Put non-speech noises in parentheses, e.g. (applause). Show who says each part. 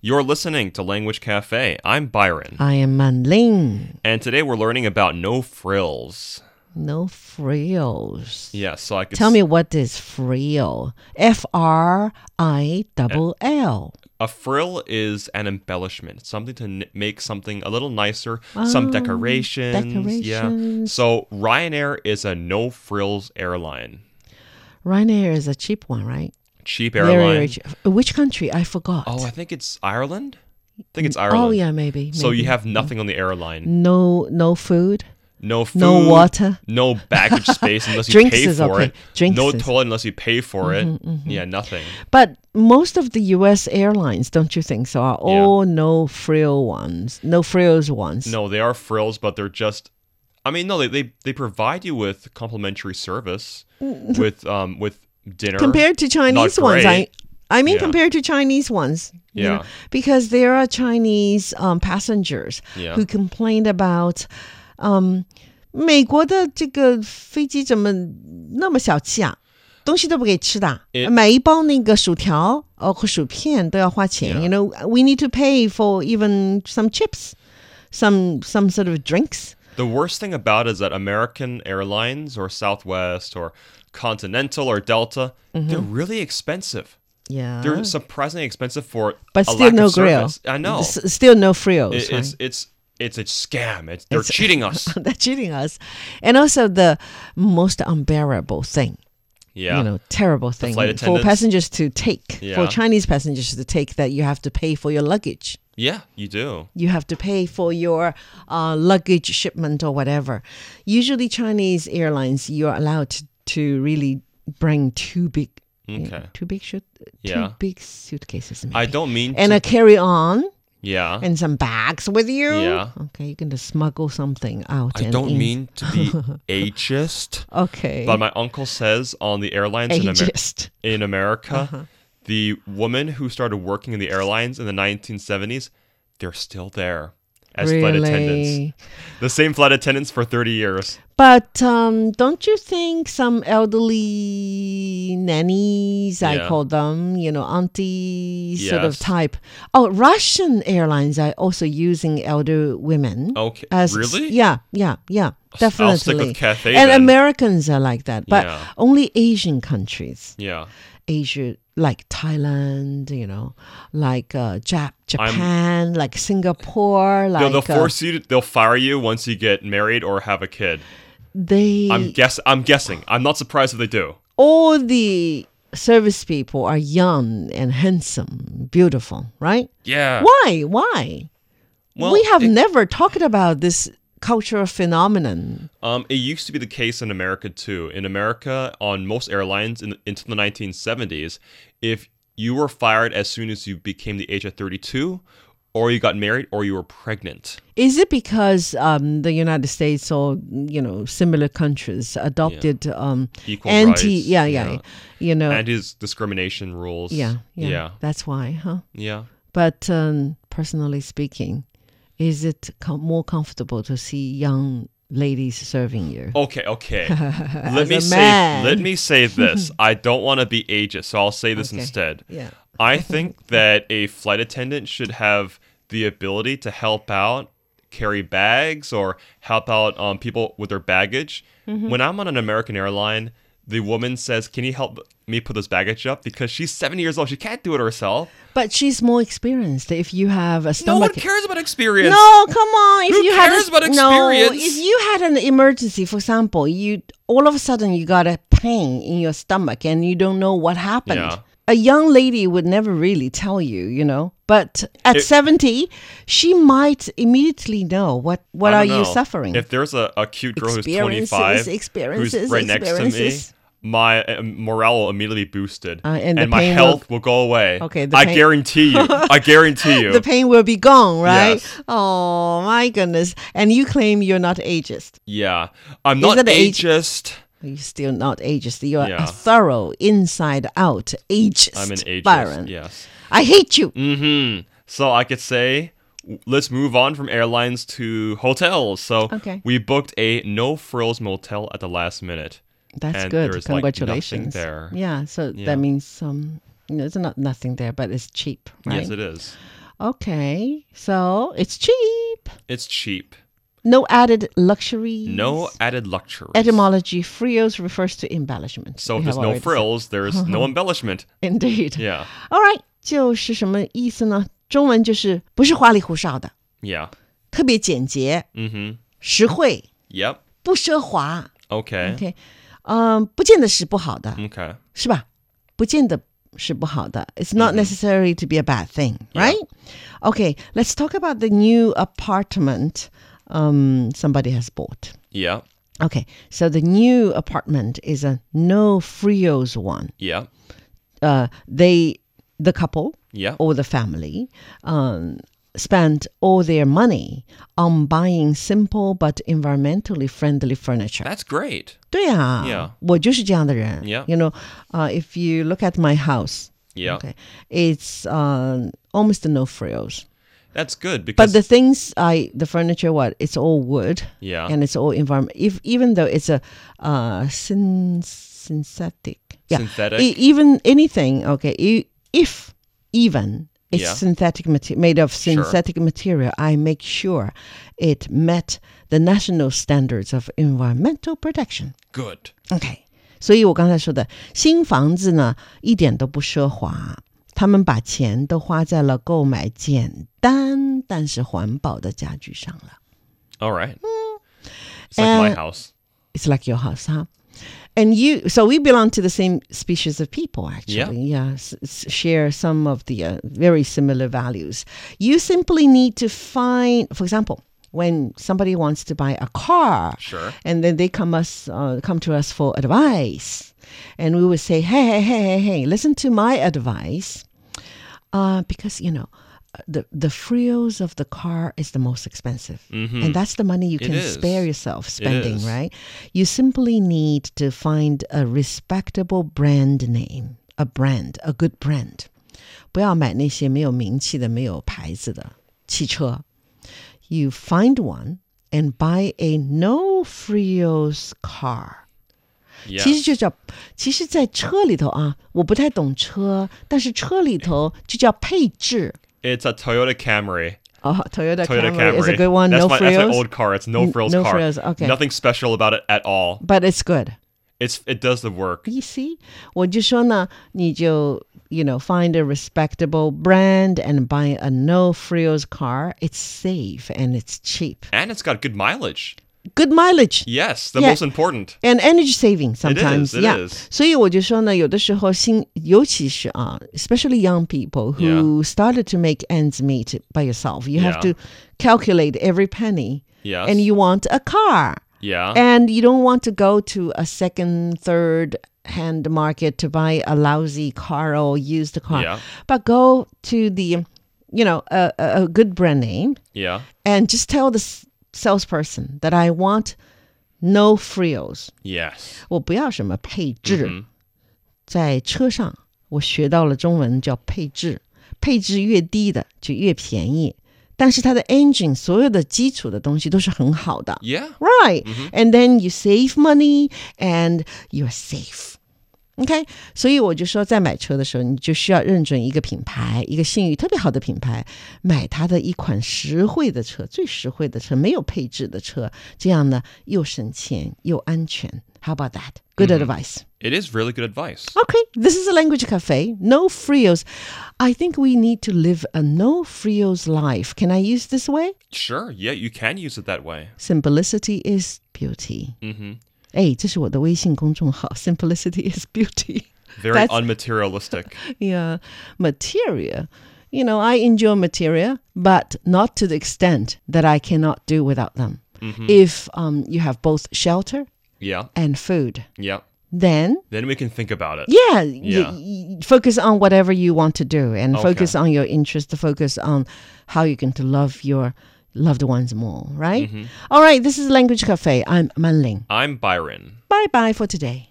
Speaker 1: You're listening to Language Cafe. I'm Byron.
Speaker 2: I am Manling.
Speaker 1: And today we're learning about no frills.
Speaker 2: No frills.
Speaker 1: Yeah, so I could
Speaker 2: Tell
Speaker 1: s-
Speaker 2: me what is frill? F R I double L.
Speaker 1: a frill is an embellishment, something to n- make something a little nicer, some decorations. Yeah.
Speaker 2: Oh, decorations.
Speaker 1: So Ryanair is a no frills airline,
Speaker 2: Ryanair is a cheap one, right?
Speaker 1: cheap
Speaker 2: Very,
Speaker 1: airline.
Speaker 2: very cheap. Which country? I forgot.
Speaker 1: Oh, I think it's Ireland. I think it's Ireland.
Speaker 2: Oh, yeah, maybe.
Speaker 1: So you
Speaker 2: maybe.
Speaker 1: have nothing on the airline.
Speaker 2: no no food.
Speaker 1: No food.
Speaker 2: No water.
Speaker 1: No
Speaker 2: (laughs)
Speaker 1: baggage space unless you
Speaker 2: Drinks
Speaker 1: pay
Speaker 2: is
Speaker 1: for
Speaker 2: okay.
Speaker 1: it.
Speaker 2: Drinks
Speaker 1: no
Speaker 2: is- Mm-hmm,
Speaker 1: toilet unless you pay for it. Yeah, nothing.
Speaker 2: But most of the U.S. airlines, don't you think so, are all no frill ones, no frills ones.
Speaker 1: No, they are frills, but they're just. I mean, no, they they, they provide you with complimentary service
Speaker 2: Mm.
Speaker 1: with um with dinner.
Speaker 2: compared to Chinese ones,
Speaker 1: great.
Speaker 2: I I mean
Speaker 1: Yeah.
Speaker 2: compared to Chinese ones. you know,
Speaker 1: Yeah.
Speaker 2: because there are Chinese um, passengers
Speaker 1: Yeah.
Speaker 2: who complained about. Um, 美国的这个飞机怎么那么小气啊？东西都不给吃的，
Speaker 1: It-
Speaker 2: 每一包那个薯条，哦，和薯片都要花钱。
Speaker 1: Yeah.
Speaker 2: You know, we need to pay for even some chips, some some sort of drinks.
Speaker 1: the worst thing about it is that American Airlines or Southwest or Continental or Delta,
Speaker 2: Mm-hmm.
Speaker 1: they're really expensive.
Speaker 2: Yeah,
Speaker 1: They're surprisingly expensive for
Speaker 2: Ah. but
Speaker 1: a
Speaker 2: still
Speaker 1: lack
Speaker 2: no
Speaker 1: of
Speaker 2: grill.
Speaker 1: service. I know.
Speaker 2: S- still no frills.
Speaker 1: It-
Speaker 2: right?
Speaker 1: it's it's it's a scam. It's,
Speaker 2: (laughs)
Speaker 1: they're cheating us.
Speaker 2: they're cheating us. And also the most unbearable thing,
Speaker 1: Yeah.
Speaker 2: you know, terrible thing
Speaker 1: flight
Speaker 2: for
Speaker 1: attendants.
Speaker 2: passengers to take,
Speaker 1: Yeah.
Speaker 2: for Chinese passengers to take that you have to pay for your luggage.
Speaker 1: Yeah, you do.
Speaker 2: You have to pay for your uh, luggage shipment or whatever. Usually Chinese airlines, you're allowed to, to really bring two big,
Speaker 1: Okay.
Speaker 2: two big, shoot,
Speaker 1: Yeah.
Speaker 2: two big suitcases. Maybe.
Speaker 1: I don't mean
Speaker 2: and
Speaker 1: to,
Speaker 2: a carry-on
Speaker 1: yeah.
Speaker 2: and some bags with you.
Speaker 1: Yeah.
Speaker 2: Okay, you're going to smuggle something out.
Speaker 1: I
Speaker 2: and
Speaker 1: don't
Speaker 2: in.
Speaker 1: mean to
Speaker 2: (laughs)
Speaker 1: be ageist,
Speaker 2: Okay.
Speaker 1: but my uncle says on the airlines in, Amer-
Speaker 2: ageist.
Speaker 1: in America,
Speaker 2: Uh-huh.
Speaker 1: the woman who started working in the airlines in the 1970s, they're still there as flight attendants.
Speaker 2: Really?
Speaker 1: The same flight attendants for 30 years.
Speaker 2: But um, don't you think some elderly nannies,
Speaker 1: Yeah.
Speaker 2: I call them, you know, auntie sort of
Speaker 1: Yes.
Speaker 2: type? Oh, Russian airlines are also using elder women.
Speaker 1: Okay,
Speaker 2: As,
Speaker 1: Oh, really?
Speaker 2: Yeah, yeah, yeah,
Speaker 1: I'll
Speaker 2: definitely.
Speaker 1: stick with Cathay
Speaker 2: and
Speaker 1: then.
Speaker 2: Americans are like that, but
Speaker 1: Yeah.
Speaker 2: only Asian countries,
Speaker 1: Yeah.
Speaker 2: Asia, like Thailand, you know, like uh, Jap- Japan, like Singapore, like
Speaker 1: They'll, they'll
Speaker 2: uh,
Speaker 1: force you. To, they'll fire you once you get married or have a kid.
Speaker 2: they.
Speaker 1: I'm guess. I'm guessing. I'm not surprised if they do.
Speaker 2: all the service people are young and handsome, beautiful, right?
Speaker 1: Yeah.
Speaker 2: Why? Why?
Speaker 1: Well,
Speaker 2: we have
Speaker 1: it-
Speaker 2: never talked about this cultural phenomenon.
Speaker 1: Um, it used to be the case in America too. In America, on most airlines in, until the 1970s, if you were fired as soon as you became the age of 32, or you got married, or you were pregnant.
Speaker 2: Is it because um, the United States or you know similar countries adopted um,
Speaker 1: Equal
Speaker 2: anti?
Speaker 1: rights,
Speaker 2: Yeah, yeah,
Speaker 1: yeah.
Speaker 2: You know,
Speaker 1: And his discrimination rules.
Speaker 2: yeah, yeah,
Speaker 1: Yeah.
Speaker 2: That's why, huh?
Speaker 1: Yeah.
Speaker 2: But um, personally speaking, is it com- more comfortable to see young ladies serving you?
Speaker 1: Okay,
Speaker 2: (laughs)
Speaker 1: okay. let me
Speaker 2: a
Speaker 1: say
Speaker 2: man.
Speaker 1: let me
Speaker 2: (laughs)
Speaker 1: say this. I don't want to be ageist, so I'll say this
Speaker 2: Okay.
Speaker 1: instead.
Speaker 2: Yeah.
Speaker 1: I
Speaker 2: (laughs)
Speaker 1: think that a flight attendant should have the ability to help out, carry bags, or help out um, people with their baggage.
Speaker 2: Mm-hmm.
Speaker 1: When I'm on an American airline, the woman says, Can you help me put this baggage up? Because she's 70 years old. She can't do it herself.
Speaker 2: But she's more experienced. If you have a
Speaker 1: No one
Speaker 2: stomach.
Speaker 1: cares about experience.
Speaker 2: No, come on. If
Speaker 1: Who
Speaker 2: you
Speaker 1: cares
Speaker 2: had
Speaker 1: about
Speaker 2: a, no,
Speaker 1: experience?
Speaker 2: if you had an emergency, for example, you all of a sudden you got a pain in your stomach and you don't know what happened.
Speaker 1: Yeah.
Speaker 2: A young lady would never really tell you, you know. But at
Speaker 1: It-
Speaker 2: seventy, she might immediately know what what
Speaker 1: I
Speaker 2: are
Speaker 1: don't
Speaker 2: you
Speaker 1: know.
Speaker 2: suffering?
Speaker 1: If there's a, a cute girl who's 25
Speaker 2: Experiences,
Speaker 1: who's
Speaker 2: experiences,
Speaker 1: right next to me,
Speaker 2: experiences.
Speaker 1: my uh, morale will immediately boosted,
Speaker 2: Uh, and the
Speaker 1: my
Speaker 2: pain will-
Speaker 1: health will, go away.
Speaker 2: Okay, the
Speaker 1: I
Speaker 2: pain-
Speaker 1: guarantee
Speaker 2: (laughs)
Speaker 1: you. I guarantee you.
Speaker 2: the pain will be gone, right?
Speaker 1: Yes.
Speaker 2: Oh my goodness! And you claim you're not ageist.
Speaker 1: (laughs) Yeah, I'm not
Speaker 2: that the age-
Speaker 1: ageist.
Speaker 2: You're still not ageist. You are
Speaker 1: Yeah.
Speaker 2: a thorough inside out ageist.
Speaker 1: I'm an ageist.
Speaker 2: Byron.
Speaker 1: Yes.
Speaker 2: I hate you.
Speaker 1: Hmm. So I could say, w- let's move on from airlines to hotels. So
Speaker 2: Okay.
Speaker 1: we booked a no frills motel at the last minute.
Speaker 2: That's
Speaker 1: And there
Speaker 2: good.
Speaker 1: is, like, nothing
Speaker 2: Congratulations.
Speaker 1: there.
Speaker 2: Yeah. So that means um, you know, it's not nothing there, but it's cheap, right?
Speaker 1: Yes, it is.
Speaker 2: Okay, so it's cheap.
Speaker 1: It's cheap.
Speaker 2: No added luxuries.
Speaker 1: No added luxury.
Speaker 2: Etymology frills refers to embellishments.
Speaker 1: So
Speaker 2: We
Speaker 1: if there's
Speaker 2: have
Speaker 1: no
Speaker 2: already said.
Speaker 1: frills, there's no embellishment.
Speaker 2: (laughs) Indeed.
Speaker 1: Yeah.
Speaker 2: All right，就是什么意思呢？中文就是不是花里胡哨的，
Speaker 1: Yeah.
Speaker 2: 特别简洁、
Speaker 1: Mm-hmm.
Speaker 2: 实惠，
Speaker 1: Yep.
Speaker 2: 不奢华。
Speaker 1: Okay.
Speaker 2: OK，嗯、不见得是不好的，
Speaker 1: Okay.
Speaker 2: 是吧？不见得是不好的。It's not necessary to be a bad thing, right? Okay, let's talk about the new apartment um, somebody has bought.
Speaker 1: Yeah.
Speaker 2: Okay, so the new apartment is a no frills one.
Speaker 1: Yeah.
Speaker 2: Uh, they, the couple,
Speaker 1: Yeah.
Speaker 2: or the family um, spent all their money on buying simple but environmentally friendly furniture.
Speaker 1: That's great.
Speaker 2: 对啊
Speaker 1: Yeah.
Speaker 2: 我就是这样的人。
Speaker 1: Yeah.
Speaker 2: You know, uh, if you look at my house,
Speaker 1: Yeah.
Speaker 2: okay, it's uh, almost no frills.
Speaker 1: That's good because
Speaker 2: But the things I, the furniture, what it's all wood.
Speaker 1: Yeah.
Speaker 2: And it's all environment. If even though it's a uh, syn- synthetic, yeah,
Speaker 1: Synthetic.
Speaker 2: E- even anything, okay. E- if even it's
Speaker 1: Yeah.
Speaker 2: synthetic material made of synthetic material, I make sure it met the national standards of environmental protection.
Speaker 1: good.
Speaker 2: OK，所以我刚才说的新房子呢，一点都不奢华，他们把钱都花在了购买简单但是环保的家具上了。
Speaker 1: All right. It's like my
Speaker 2: Hmm. Uh,
Speaker 1: house.
Speaker 2: It's like your house, huh? And you, so we belong to the same species of people, actually. Yeah, s- s- share some of the uh, very similar values. You simply need to find, for example, when somebody wants to buy a car,
Speaker 1: Sure.
Speaker 2: and then they come us uh, come to us for advice, and we would say, hey, hey, hey, hey, hey, listen to my advice, uh, because you know. uh, The the frills of the car is the most expensive, and that's the money you can
Speaker 1: is.
Speaker 2: spare yourself spending,
Speaker 1: is.
Speaker 2: right? You simply need to find a respectable brand name, a brand, a good brand. 不要买那些没有名气的、没有牌子的汽车。You find one and buy a no frills car.
Speaker 1: Yeah.
Speaker 2: 其实就叫，其实，在车里头啊，我不太懂车，但是车里头就叫配置
Speaker 1: It's a Toyota Camry.
Speaker 2: 哦。Toyota,
Speaker 1: Toyota
Speaker 2: Camry
Speaker 1: Camry.
Speaker 2: is a good one,
Speaker 1: That's
Speaker 2: no
Speaker 1: my,
Speaker 2: frills,
Speaker 1: That's my old car. It's no
Speaker 2: N-
Speaker 1: frills
Speaker 2: no
Speaker 1: car.
Speaker 2: frills, okay.
Speaker 1: Nothing special about it at all.
Speaker 2: but it's good.
Speaker 1: It's it does the work.
Speaker 2: You see，我就说呢，你就 you know find a respectable brand and buy a no frills car. It's safe and it's cheap.
Speaker 1: And it's got good mileage.
Speaker 2: Good mileage.
Speaker 1: Yes, the
Speaker 2: Yeah.
Speaker 1: most important.
Speaker 2: And energy saving sometimes,
Speaker 1: it
Speaker 2: yeah.
Speaker 1: is.
Speaker 2: 所以我就说呢，有的时候新，尤其是啊，especially young people who started to make ends meet by yourself, you have
Speaker 1: Yeah.
Speaker 2: to calculate every penny,
Speaker 1: Yes.
Speaker 2: and you want a car,
Speaker 1: yeah.
Speaker 2: and you don't want to go to a second, third hand market to buy a lousy car or used car,
Speaker 1: Yeah.
Speaker 2: but go to the, you know, a, a a good brand name
Speaker 1: yeah.
Speaker 2: and just tell the s- salesperson that I want no frills.
Speaker 1: Yes.
Speaker 2: 我不要什么配置，在车上我学到了中文叫配置，配置越低的就越便宜，但是它的 engine 所有的基础的东西都是很好的
Speaker 1: Yeah.
Speaker 2: ，right？、And then you save money and you're safe。OK，所以我就说，在买车的时候，你就需要认准一个品牌，一个信誉特别好的品牌，买它的一款实惠的车，最实惠的车，没有配置的车，这样呢又省钱又安全。How about that? Good advice.
Speaker 1: It is really good advice.
Speaker 2: Okay, this is a language cafe. No frills. I think we need to live a no frills life. Can I use this way?
Speaker 1: Sure. Yeah, you can use it that way.
Speaker 2: Simplicity is beauty. Mm-hmm. 哎，这是我的微信公众号 Simplicity is beauty. (laughs)
Speaker 1: Very
Speaker 2: That's-
Speaker 1: unmaterialistic. (laughs)
Speaker 2: Yeah, material. You know, I enjoy material, but not to the extent that I cannot do without them. If um, you have both shelter
Speaker 1: yeah.
Speaker 2: and food,
Speaker 1: Yeah.
Speaker 2: then
Speaker 1: Then we can think about it.
Speaker 2: yeah,
Speaker 1: Yeah.
Speaker 2: Y- y- focus on whatever you want to do and focus on your interest focus on how you're going to love your loved ones more right All right this is language cafe i'm manling
Speaker 1: I'm Byron.
Speaker 2: bye bye for today